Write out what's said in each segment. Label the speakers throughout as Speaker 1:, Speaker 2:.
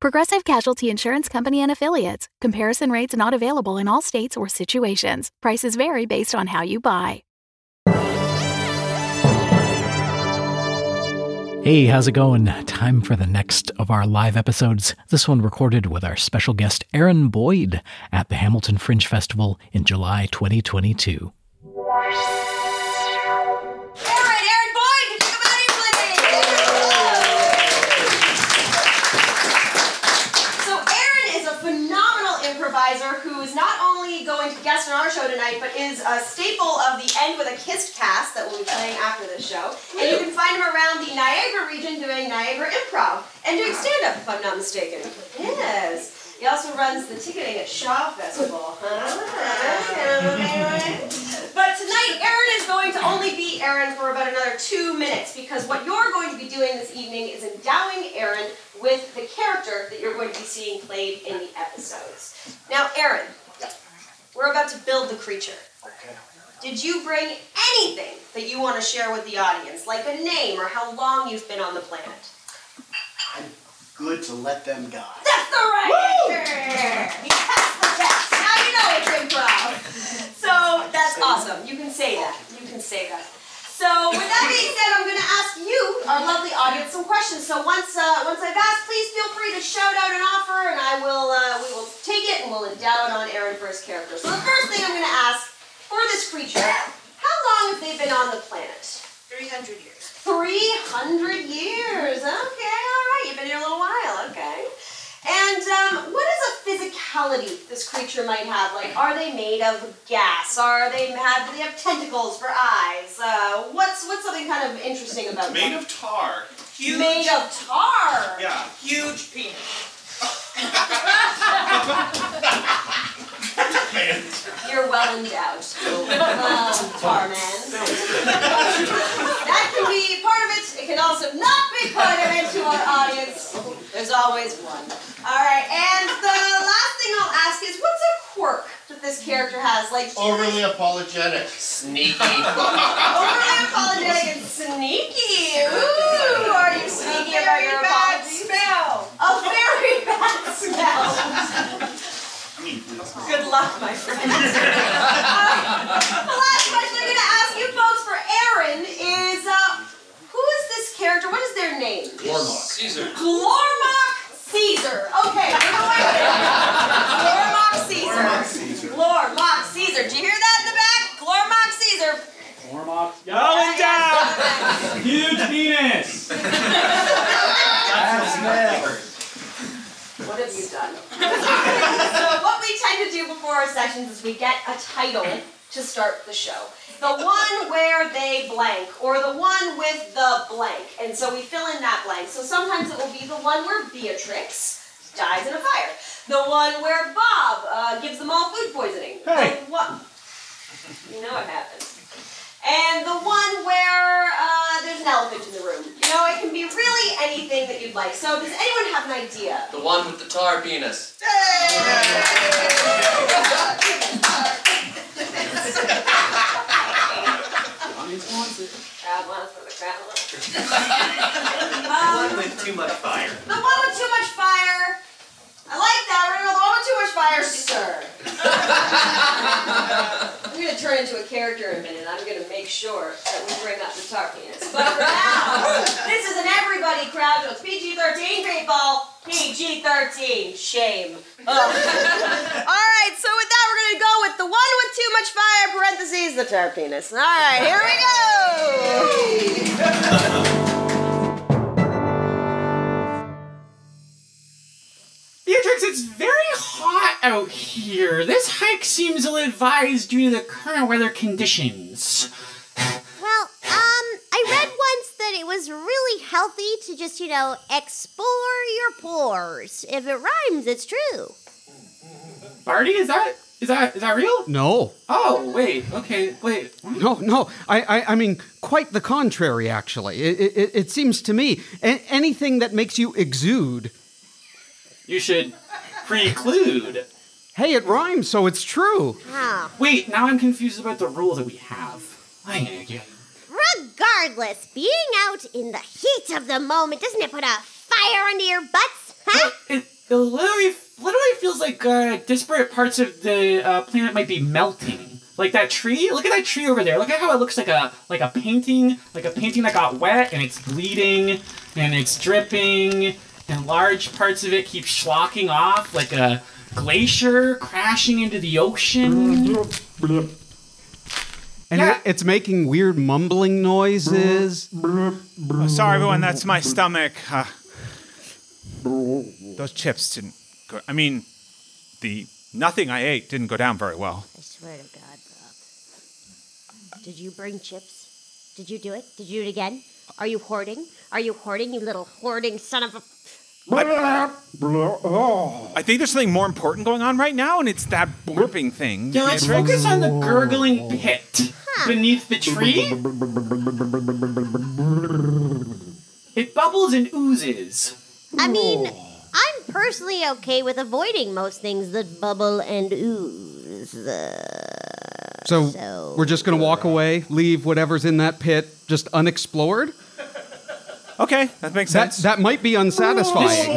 Speaker 1: Progressive Casualty Insurance Company and Affiliates. Comparison rates not available in all states or situations. Prices vary based on how you buy.
Speaker 2: Hey, how's it going? Time for the next of our live episodes. This one recorded with our special guest Aaron Boyd at the Hamilton Fringe Festival in July 2022.
Speaker 3: All right, Aaron Boyd, could you come out here, please? So Aaron is a phenomenal improviser who is not only going to guest on our show tonight, but is a staple of the End with a Kissed cast that we'll be playing after this show. And you can find him around the Niagara region doing Niagara improv and doing stand-up, if I'm not mistaken. Yes. He also runs the ticketing at Shaw Festival, huh? But tonight, Aaron is going to only be Aaron for about another two minutes because what you're going to be doing this evening is endowing Aaron with the character that you're going to be seeing played in the episodes. Now, Aaron, we're about to build the creature. Did you bring anything that you want to share with the audience, like a name or how long you've been on the planet?
Speaker 4: good to let them die.
Speaker 3: That's the right answer. You passed the test. Now you know it's improv. So that's awesome. You can say that. You can say that. So with that being said, I'm going to ask you, our lovely audience, some questions. So once uh, once I've asked, please feel free to shout out an offer, and I will uh, we will take it and we'll endow it on Aaron for his character. So the first thing I'm going to ask for this creature: How long have they been on the planet?
Speaker 5: 300 years.
Speaker 3: 300 years. Okay, all right. You've been here a little while. Okay. And um, what is a physicality this creature might have? Like, are they made of gas? Are they have do they have tentacles for eyes? Uh, what's what's something kind of interesting about
Speaker 6: Made
Speaker 3: them?
Speaker 6: of tar. Huge.
Speaker 3: made of tar.
Speaker 6: yeah.
Speaker 5: Huge penis.
Speaker 3: You're well endowed. Um, tar man. that can be part of it. It can also not be part of it to our audience. There's always one. All right, and the last thing I'll ask is, what's a quirk that this character has? Like do
Speaker 4: Overly apologetic. Sneaky.
Speaker 3: they- overly apologetic and sneaky. Ooh, are you sneaky about your apologies?
Speaker 5: smell.
Speaker 3: A very bad smell.
Speaker 6: I mean, it's-
Speaker 3: Good luck, my friend. the last question I'm going to ask you folks for Aaron is uh, who is this character? What is their name?
Speaker 4: Warlock.
Speaker 7: Caesar.
Speaker 3: Glormok Caesar. Okay, we're going Glormok Caesar. Glormok Caesar. Did you hear that in the back? Glormok Caesar.
Speaker 8: Y'all in town!
Speaker 3: Yes, okay.
Speaker 8: Huge penis!
Speaker 3: What have you done? so what we tend to do before our sessions is we get a title to start the show. The one where they blank, or the one with the blank. And so we fill in that blank. So sometimes it will be the one where Beatrix dies in a fire. The one where Bob uh, gives them all food poisoning.
Speaker 8: Hey.
Speaker 3: The one- You know what happens. And the one where uh, there's an elephant in the room. You know, it can be really anything that you'd like. So does anyone have an idea?
Speaker 7: The one with the tar penis.
Speaker 3: Crowd wants for the crowd wants.
Speaker 7: One with too much fire.
Speaker 3: The one with too much fire. I like that. We're gonna go the one with too much fire, sir. I'm gonna turn into a character in a minute. I'm gonna make sure that we bring up the tar penis. But for now, this is an everybody crowd. It's PG-13, people. PG-13. Shame. All right, so with that, we're gonna go with the one with too much fire. Parentheses, the tar penis. All right, here we go.
Speaker 8: Beatrix, it's very hot out here. This hike seems ill advised due to the current weather conditions.
Speaker 9: Well, um, I read once that it was really healthy to just, you know, explore your pores. If it rhymes, it's true.
Speaker 8: Barty, is that Is that is that real?
Speaker 10: No.
Speaker 8: Oh wait, okay, wait.
Speaker 10: No, no. I, I, I mean, quite the contrary, actually. It, it, it seems to me a- anything that makes you exude.
Speaker 8: You should preclude.
Speaker 10: Hey, it rhymes, so it's true.
Speaker 8: Wait, now I'm confused about the rule that we have. Ay, ay, ay.
Speaker 9: Regardless, being out in the heat of the moment, doesn't it put a fire under your butts? Huh?
Speaker 8: It, it literally, literally feels like uh, disparate parts of the uh, planet might be melting. Like that tree. Look at that tree over there. Look at how it looks like a like a painting, like a painting that got wet and it's bleeding and it's dripping and large parts of it keep schlocking off like a glacier crashing into the ocean.
Speaker 10: And
Speaker 8: Yeah.
Speaker 10: it, it's making weird mumbling noises.
Speaker 11: Oh, sorry, everyone. That's my stomach. Uh, those chips didn't go. I mean, the nothing I ate didn't go down very well.
Speaker 9: I swear to God, Bob. Did you bring chips? Did you do it? Did you do it again? Are you hoarding? Are you hoarding, you little hoarding son of a.
Speaker 11: I think there's something more important going on right now, and it's that blurping thing.
Speaker 8: Yeah, let's focus on the gurgling pit beneath the tree. It bubbles and oozes.
Speaker 9: I mean, I'm personally okay with avoiding most things that bubble and ooze. Uh,
Speaker 10: So, we're just going to walk away, leave whatever's in that pit just unexplored?
Speaker 11: Okay, that makes
Speaker 10: sense. That, might be unsatisfying.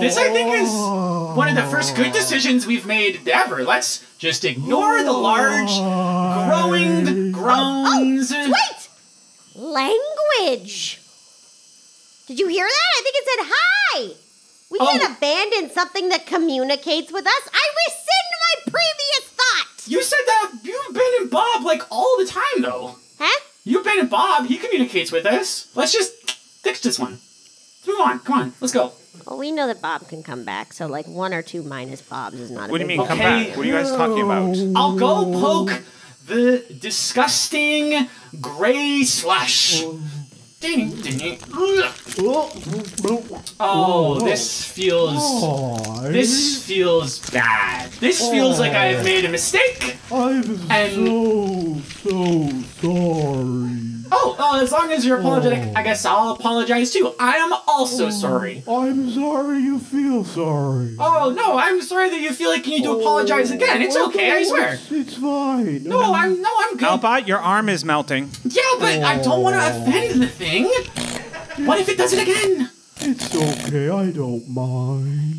Speaker 8: This, I think, is one of the first good decisions we've made ever. Let's just ignore the large, growing groans.
Speaker 9: Oh, wait! Language! Did you hear that? I think it said hi! We
Speaker 8: Oh.
Speaker 9: can't abandon something that communicates with us. I rescind my previous thought!
Speaker 8: You said that you've been in Bob like all the time, though.
Speaker 9: Huh?
Speaker 8: You've been in Bob. He communicates with us. Let's just fix this one. Let's move on. Come on. Let's go.
Speaker 9: Well, we know that Bob can come back, so like one or two minus Bob's is not a
Speaker 11: What do you
Speaker 9: big
Speaker 11: mean, come
Speaker 9: deal.
Speaker 11: back? What are you guys talking about?
Speaker 8: I'll go poke the disgusting gray slush. Oh, this feels. This feels bad. This feels like I have made a mistake.
Speaker 12: I'm so, so sorry.
Speaker 8: Oh, well, as long as you're apologetic, I guess I'll apologize too. I am also sorry.
Speaker 12: Oh, I'm sorry you feel sorry.
Speaker 8: Oh, no, I'm sorry that you feel like you need to apologize again. It's okay, I swear.
Speaker 12: It's, it's fine.
Speaker 8: No, I'm no, I'm good.
Speaker 11: Albot, your arm is melting.
Speaker 8: Yeah, but I don't want to offend the thing. What if it does it again?
Speaker 12: It's okay. I don't mind.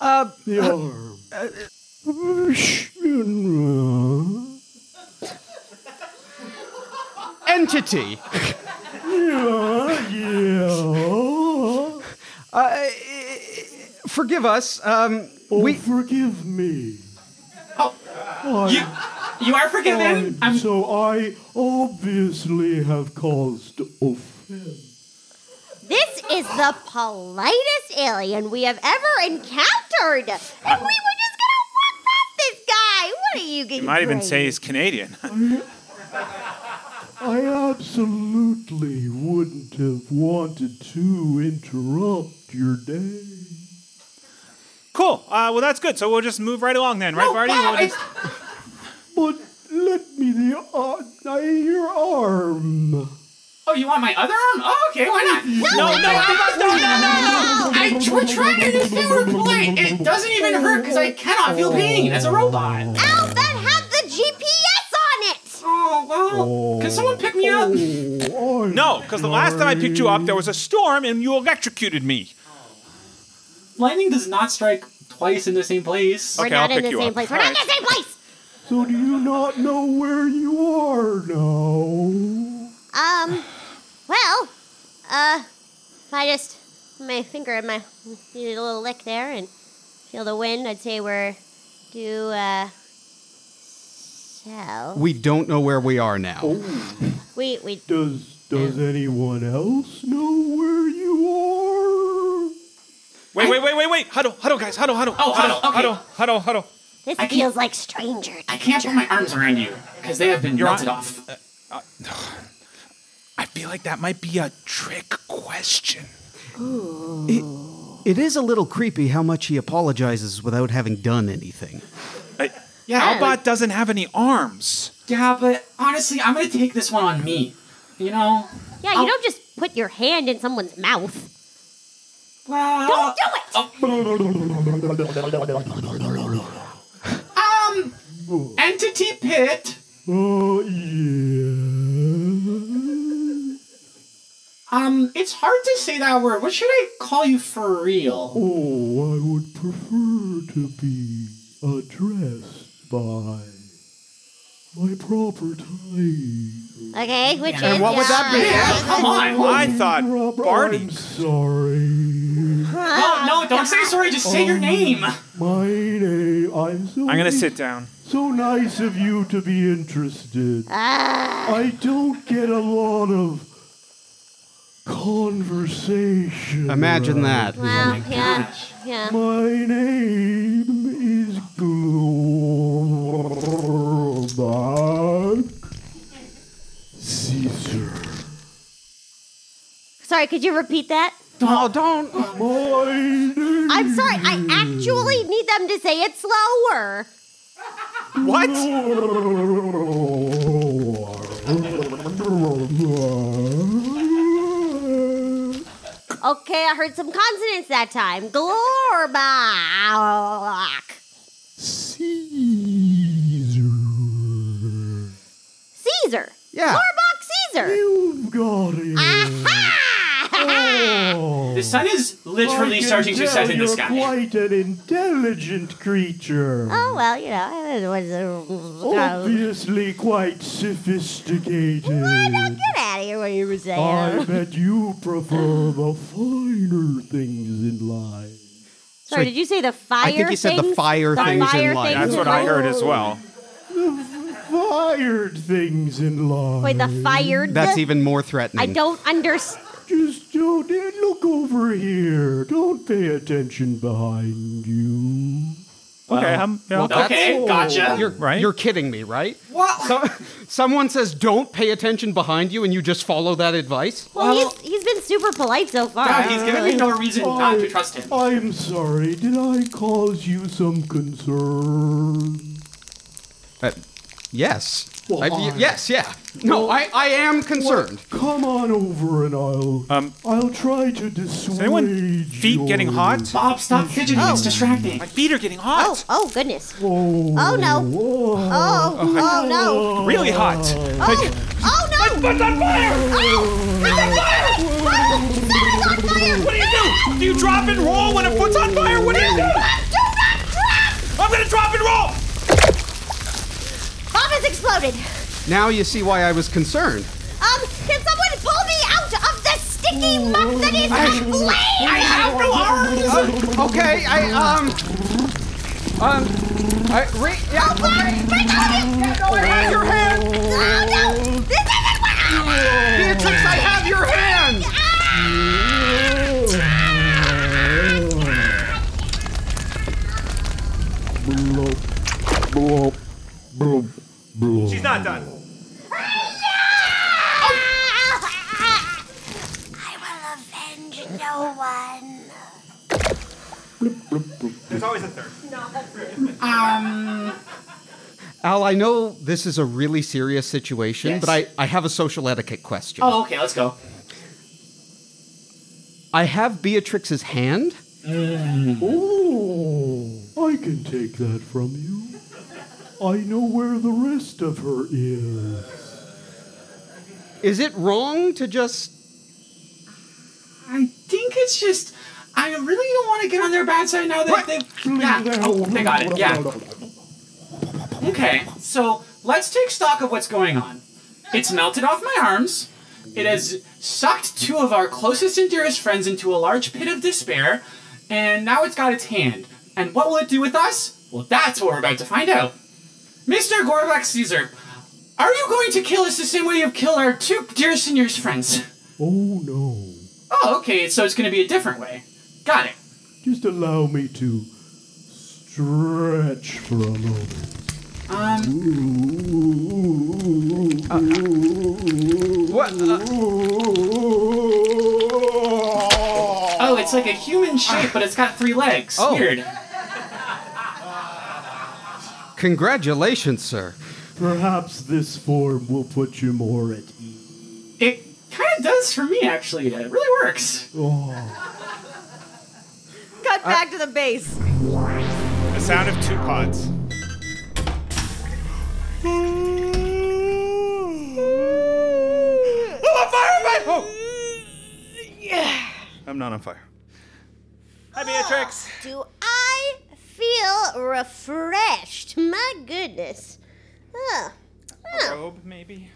Speaker 10: Uh,
Speaker 12: the arm.
Speaker 10: Entity.
Speaker 12: yeah, yeah.
Speaker 10: Uh, forgive us. Um,
Speaker 12: oh, we forgive me.
Speaker 8: you, you are forgiven.
Speaker 12: I'm, so I obviously have caused offense.
Speaker 9: This is the politest alien we have ever encountered, and we were just gonna walk past this guy. What are you
Speaker 11: You
Speaker 9: getting?
Speaker 11: might even say he's Canadian.
Speaker 12: I absolutely wouldn't have wanted to interrupt your day.
Speaker 11: cool. Uh, well, that's good. So we'll just move right along then, right, Barty? We'll just-
Speaker 12: But let me the uh, I- your arm.
Speaker 8: Oh, you want my other arm? Oh, okay, why not?
Speaker 12: No, no,
Speaker 8: no, no, no, no! I, we're trying to just be polite. It doesn't even hurt because I cannot feel pain as a robot.
Speaker 9: Ow, that had the GPS on it. Oh.
Speaker 8: Oh well. Can someone pick me up?
Speaker 11: no, because the last time I picked you up, there was a storm and you electrocuted me.
Speaker 8: Lightning does not strike twice in the same place.
Speaker 9: We're not in the same place. We're not in the same place.
Speaker 12: So do you not know where you are now?
Speaker 9: Um, well, uh, I just my finger and my did a little lick there and feel the wind. I'd say we're do uh, so
Speaker 10: we don't know where we are now.
Speaker 9: we we
Speaker 12: Does Oh, does anyone else know where you
Speaker 11: Wait, wait, wait, wait, wait. Huddle, huddle, guys. Huddle, huddle.
Speaker 8: Oh, huddle, okay.
Speaker 11: huddle, huddle, huddle.
Speaker 9: this
Speaker 8: I can't-
Speaker 9: feels like stranger.
Speaker 8: I can't put my arms around you because they have been
Speaker 11: You're
Speaker 8: melted
Speaker 11: on-
Speaker 8: off.
Speaker 11: I feel like that might be a trick question.
Speaker 9: Ooh.
Speaker 10: It is a little creepy how much he apologizes without having done anything.
Speaker 8: Yeah.
Speaker 11: Albot doesn't have any arms.
Speaker 8: Yeah, but honestly, I'm gonna take this one on me. You know?
Speaker 9: Yeah, you don't just put your hand in someone's mouth.
Speaker 8: Well,
Speaker 9: don't do it.
Speaker 8: Um, entity pit.
Speaker 12: Oh, yeah.
Speaker 8: Um, it's hard to say that word. What should I call you for real?
Speaker 12: Oh, I would prefer to be addressed by my proper title.
Speaker 9: Okay, which is.
Speaker 12: And what would that be?
Speaker 9: yeah.
Speaker 12: Come on, I thought
Speaker 11: Barney.
Speaker 12: Oh, I'm sorry. Um,
Speaker 8: No, no, don't say sorry. Just say your name.
Speaker 12: My name. I'm so.
Speaker 11: I'm gonna sit down.
Speaker 12: So nice of you to be interested.
Speaker 9: Ah.
Speaker 12: I don't get a lot of conversation.
Speaker 10: Imagine
Speaker 12: around
Speaker 10: that.
Speaker 12: here.
Speaker 9: Well, yeah, yeah.
Speaker 12: My name is Glorback Caesar.
Speaker 9: Sorry, could you repeat that?
Speaker 10: No, don't.
Speaker 9: I'm sorry. I actually need them to say it slower.
Speaker 11: What?
Speaker 9: Oh, Okay, I heard some consonants that time. Glorbach.
Speaker 12: Caesar.
Speaker 9: Caesar.
Speaker 10: Yeah.
Speaker 9: Glorbach Caesar. Ah.
Speaker 12: You've got it. Oh.
Speaker 8: The sun is literally
Speaker 12: I can
Speaker 8: starting to
Speaker 12: tell
Speaker 8: set in the
Speaker 12: you're
Speaker 8: sky.
Speaker 12: quite an intelligent creature.
Speaker 9: Oh well, you know. I don't
Speaker 10: Oh,
Speaker 9: know what to-
Speaker 12: Obviously quite sophisticated.
Speaker 9: Get out of here! What you were saying.
Speaker 12: I bet you prefer the finer things in life.
Speaker 9: sorry,
Speaker 10: so-
Speaker 9: did you say the fire?
Speaker 10: I think you said the
Speaker 9: things?
Speaker 10: fire
Speaker 9: The
Speaker 10: things in
Speaker 9: fire
Speaker 10: life.
Speaker 9: things
Speaker 11: That's
Speaker 9: in
Speaker 11: what I
Speaker 9: life?
Speaker 11: heard as well.
Speaker 12: Fired things in life.
Speaker 9: Wait, the fired.
Speaker 10: That's even more
Speaker 9: I
Speaker 10: threatening.
Speaker 9: don't understand.
Speaker 12: Just don't eh, look over here. Don't pay attention behind you.
Speaker 11: Okay, I'm. Yeah.
Speaker 8: Okay, gotcha.
Speaker 10: You're,
Speaker 11: Right?
Speaker 10: you're kidding me, right?
Speaker 8: What?
Speaker 10: So, someone says don't pay attention behind you and you just follow that advice?
Speaker 9: Well,
Speaker 8: Well-
Speaker 9: he's, he's been super polite so far.
Speaker 8: God, he's giving me no reason not to trust him.
Speaker 12: I'm sorry. Did I cause you some concern?
Speaker 10: Uh, yes.
Speaker 12: Well,
Speaker 10: I-
Speaker 12: I-
Speaker 10: yes, yeah. No, I, I am concerned.
Speaker 12: Come on over and I'll
Speaker 11: Um,
Speaker 12: I'll try to dissuade
Speaker 11: is anyone feet getting
Speaker 12: your-
Speaker 11: hot?
Speaker 8: Bob, stop fidgeting.
Speaker 10: Oh.
Speaker 8: It's distracting.
Speaker 11: My feet are getting
Speaker 9: Oh,
Speaker 11: hot.
Speaker 9: oh goodness.
Speaker 12: Oh,
Speaker 9: Oh no.
Speaker 12: oh.
Speaker 9: Oh, oh no.
Speaker 11: Really hot. Like,
Speaker 9: Oh no! My foot's on fire! Oh! Set it on fire! Oh! Set it on fire! What do you do?
Speaker 11: do you drop and roll when a foot's on fire? What do you do?
Speaker 9: Do not drop!
Speaker 11: I'm gonna drop and roll.
Speaker 9: Bomb has exploded.
Speaker 10: Now you see why I was concerned.
Speaker 9: Um, can someone pull me out of the sticky muck that is on
Speaker 10: I
Speaker 9: flame?
Speaker 10: have no arms. okay, I um um I re- yeah, okay. have your hand.
Speaker 9: Oh no! This isn't what I
Speaker 10: Beatrix, I have your hand.
Speaker 12: Bloop, bloop, bloop, bloop.
Speaker 11: She's not done.
Speaker 9: I will avenge no one.
Speaker 11: There's always a third.
Speaker 8: Um.
Speaker 10: Al, I know this is a really serious situation,
Speaker 8: Yes.
Speaker 10: but I, I have a social etiquette question.
Speaker 8: Oh, okay, let's go.
Speaker 10: I have Beatrix's hand.
Speaker 8: Mm.
Speaker 12: Oh, I can take that from you. I know where the rest of her is.
Speaker 10: Is it wrong to just
Speaker 8: I think it's just. I really don't want to get on their bad side now that they. Yeah. Oh, they got it. Yeah. Okay, so let's take stock of what's going on. It's melted off my arms. It has sucked two of our closest and dearest friends into a large pit of despair, and now it's got its hand. And what will it do with us? Well, that's what we're about to find out. Mr. Gorback Caesar, are you going to kill us the same way you've killed our two dearest and dearest friends?
Speaker 12: Oh no.
Speaker 8: Oh, okay, so it's going to be a different way. Got it.
Speaker 12: Just allow me to stretch for a moment.
Speaker 8: Um,
Speaker 10: what? uh,
Speaker 8: oh, it's It's like a human shape, but it's got three legs.
Speaker 10: Oh.
Speaker 8: Weird.
Speaker 10: Congratulations, sir.
Speaker 12: Perhaps this form will put you more at ease.
Speaker 8: It kind of does for me, actually. It really works.
Speaker 13: Cut back to the base.
Speaker 11: The sound of two pods.
Speaker 10: Oh, I'm on fire!
Speaker 11: I'm not on fire.
Speaker 9: Hi, Beatrix. Oh, Do I feel refreshed? My goodness. Huh.
Speaker 6: A robe, maybe?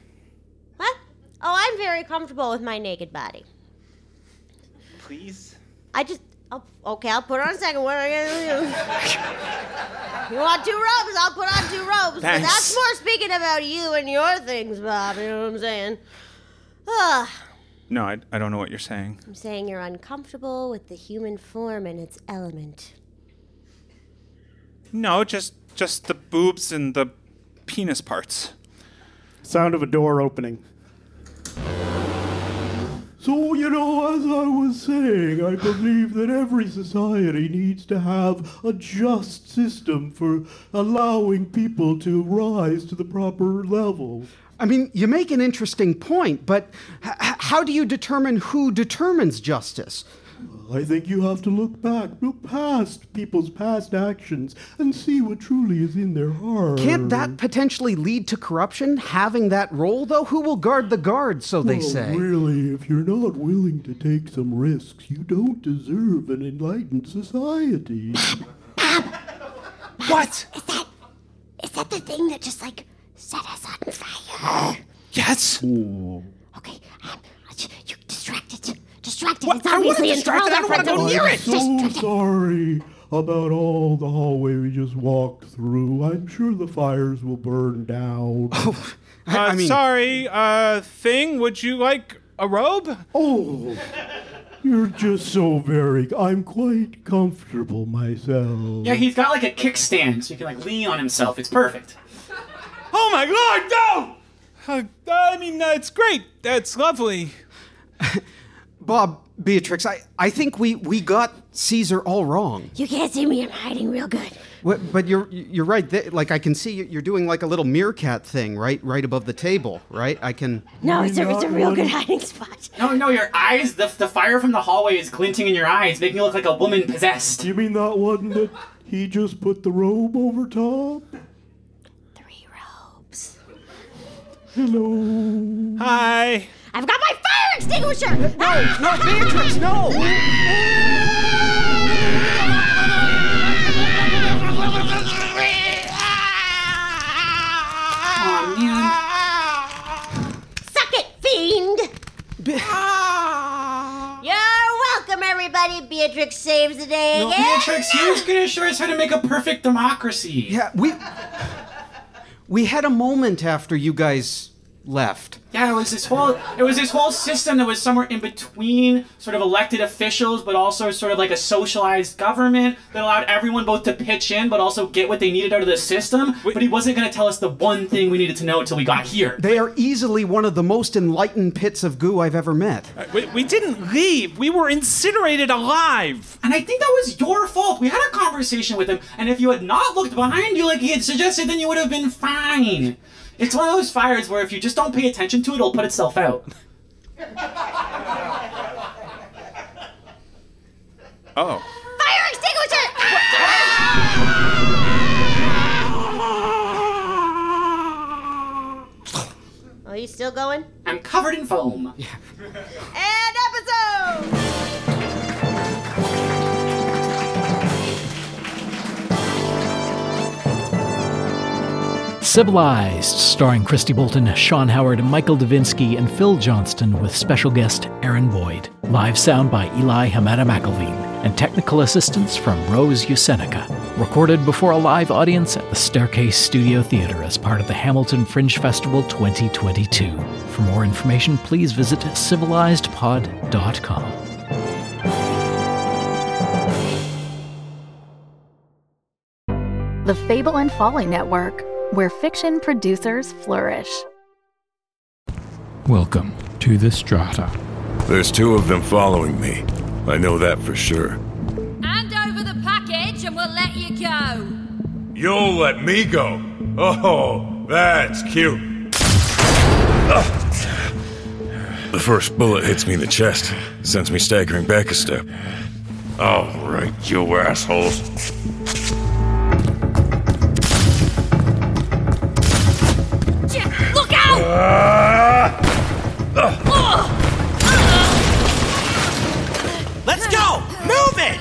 Speaker 9: What? Oh, I'm very comfortable with my naked body.
Speaker 6: Please?
Speaker 9: I just. I'll, okay, I'll put on a second one. you want two robes? I'll put on two robes. But
Speaker 10: Thanks.
Speaker 9: that's more speaking about you and your things, Bob. You know what I'm saying? Ugh.
Speaker 11: No, I, I don't know what you're saying.
Speaker 9: I'm saying you're uncomfortable with the human form and its element.
Speaker 11: No, just just the boobs and the penis parts.
Speaker 12: Sound of a door opening. So, you know, as I was saying, I believe that every society needs to have a just system for allowing people to rise to the proper level.
Speaker 10: I mean, you make an interesting point, but h- h- how do you determine who determines justice?
Speaker 12: I think you have to look back, look past people's past actions, and see what truly is in their heart.
Speaker 10: Can't that potentially lead to corruption? Having that role, though, who will guard the guard, so they
Speaker 12: Well,
Speaker 10: say?
Speaker 12: Oh, Really, if you're not willing to take some risks, you don't deserve an enlightened society.
Speaker 11: what?
Speaker 9: Is that the thing that just like set us on fire?
Speaker 11: Yes.
Speaker 12: Oh,
Speaker 9: Distracted. Distracted.
Speaker 10: What?
Speaker 9: It's
Speaker 10: I wasn't
Speaker 9: obviously in
Speaker 10: distracted.
Speaker 9: front
Speaker 10: I don't wanna
Speaker 9: of us.
Speaker 10: go near it.
Speaker 12: So sorry about all the hallway we just walked through. I'm sure the fires will burn down. Oh,
Speaker 11: Uh, sorry, uh, thing. Would you like a robe?
Speaker 12: Oh, you're just so very. I'm quite comfortable myself.
Speaker 8: Yeah, he's got like a kickstand, so he can like lean on himself. It's perfect.
Speaker 11: Oh my lord, no! Uh, I mean, that's great. That's lovely.
Speaker 10: Bob, Beatrix, I, I think we, we got Caesar all wrong.
Speaker 9: You can't see me. I'm hiding real good.
Speaker 10: What, but you're you're right. Th- like I can see you- you're doing like a little meerkat thing, right? Right above the table, right? I can.
Speaker 9: No, it's a, it's a real good
Speaker 10: high.
Speaker 9: hiding spot.
Speaker 8: No, no, your eyes, the, the fire from the hallway is glinting in your eyes, making you look like a woman possessed.
Speaker 12: You mean that one that he just put the robe over top? Three robes. Hello.
Speaker 11: Hi.
Speaker 9: I've got my fire extinguisher.
Speaker 10: No, no, Beatrix, no.
Speaker 9: Suck it, fiend. You're welcome, everybody. Beatrix saves the day
Speaker 8: No,
Speaker 9: again.
Speaker 8: Beatrix, you're gonna show us how to make a perfect democracy.
Speaker 10: Yeah, we we had a moment after you guys left.
Speaker 8: Yeah, it was this whole it was this whole system that was somewhere in between sort of elected officials, but also sort of like a socialized government that allowed everyone both to pitch in, but also get what they needed out of the system. but he wasn't going to tell us the one thing we needed to know until we got here.
Speaker 10: They are easily one of the most enlightened pits of goo I've ever met.
Speaker 11: Uh, We, we didn't leave. We were incinerated alive.
Speaker 8: And I think that was your fault. We had a conversation with him, and if you had not looked behind you like he had suggested, then you would have been fine. It's one of those fires where if you just don't pay attention to it, it'll put itself out.
Speaker 11: Oh.
Speaker 9: Fire extinguisher! Ah! Are you still going?
Speaker 8: I'm covered in foam.
Speaker 9: And episode!
Speaker 2: Civilized, starring Christy Bolton, Sean Howard, Michael Davinsky, and Phil Johnston, with special guest Aaron Boyd. Live sound by Eli Hamada McElveen, and technical assistance from Rose Usenica. Recorded before a live audience at the Staircase Studio Theater as part of the Hamilton Fringe Festival 2022. For more information, please visit civilizedpod.com.
Speaker 1: The Fable and Folly Network, where fiction producers flourish.
Speaker 14: Welcome to the Strata.
Speaker 15: There's two of them following me.
Speaker 14: I know that for sure.
Speaker 15: Hand over the package and we'll let you go.
Speaker 14: You'll let me go. Oh, that's cute. The first bullet hits me in the chest, sends me staggering back a step. All right, you assholes.
Speaker 15: J- Look out!
Speaker 16: Let's go! Move it!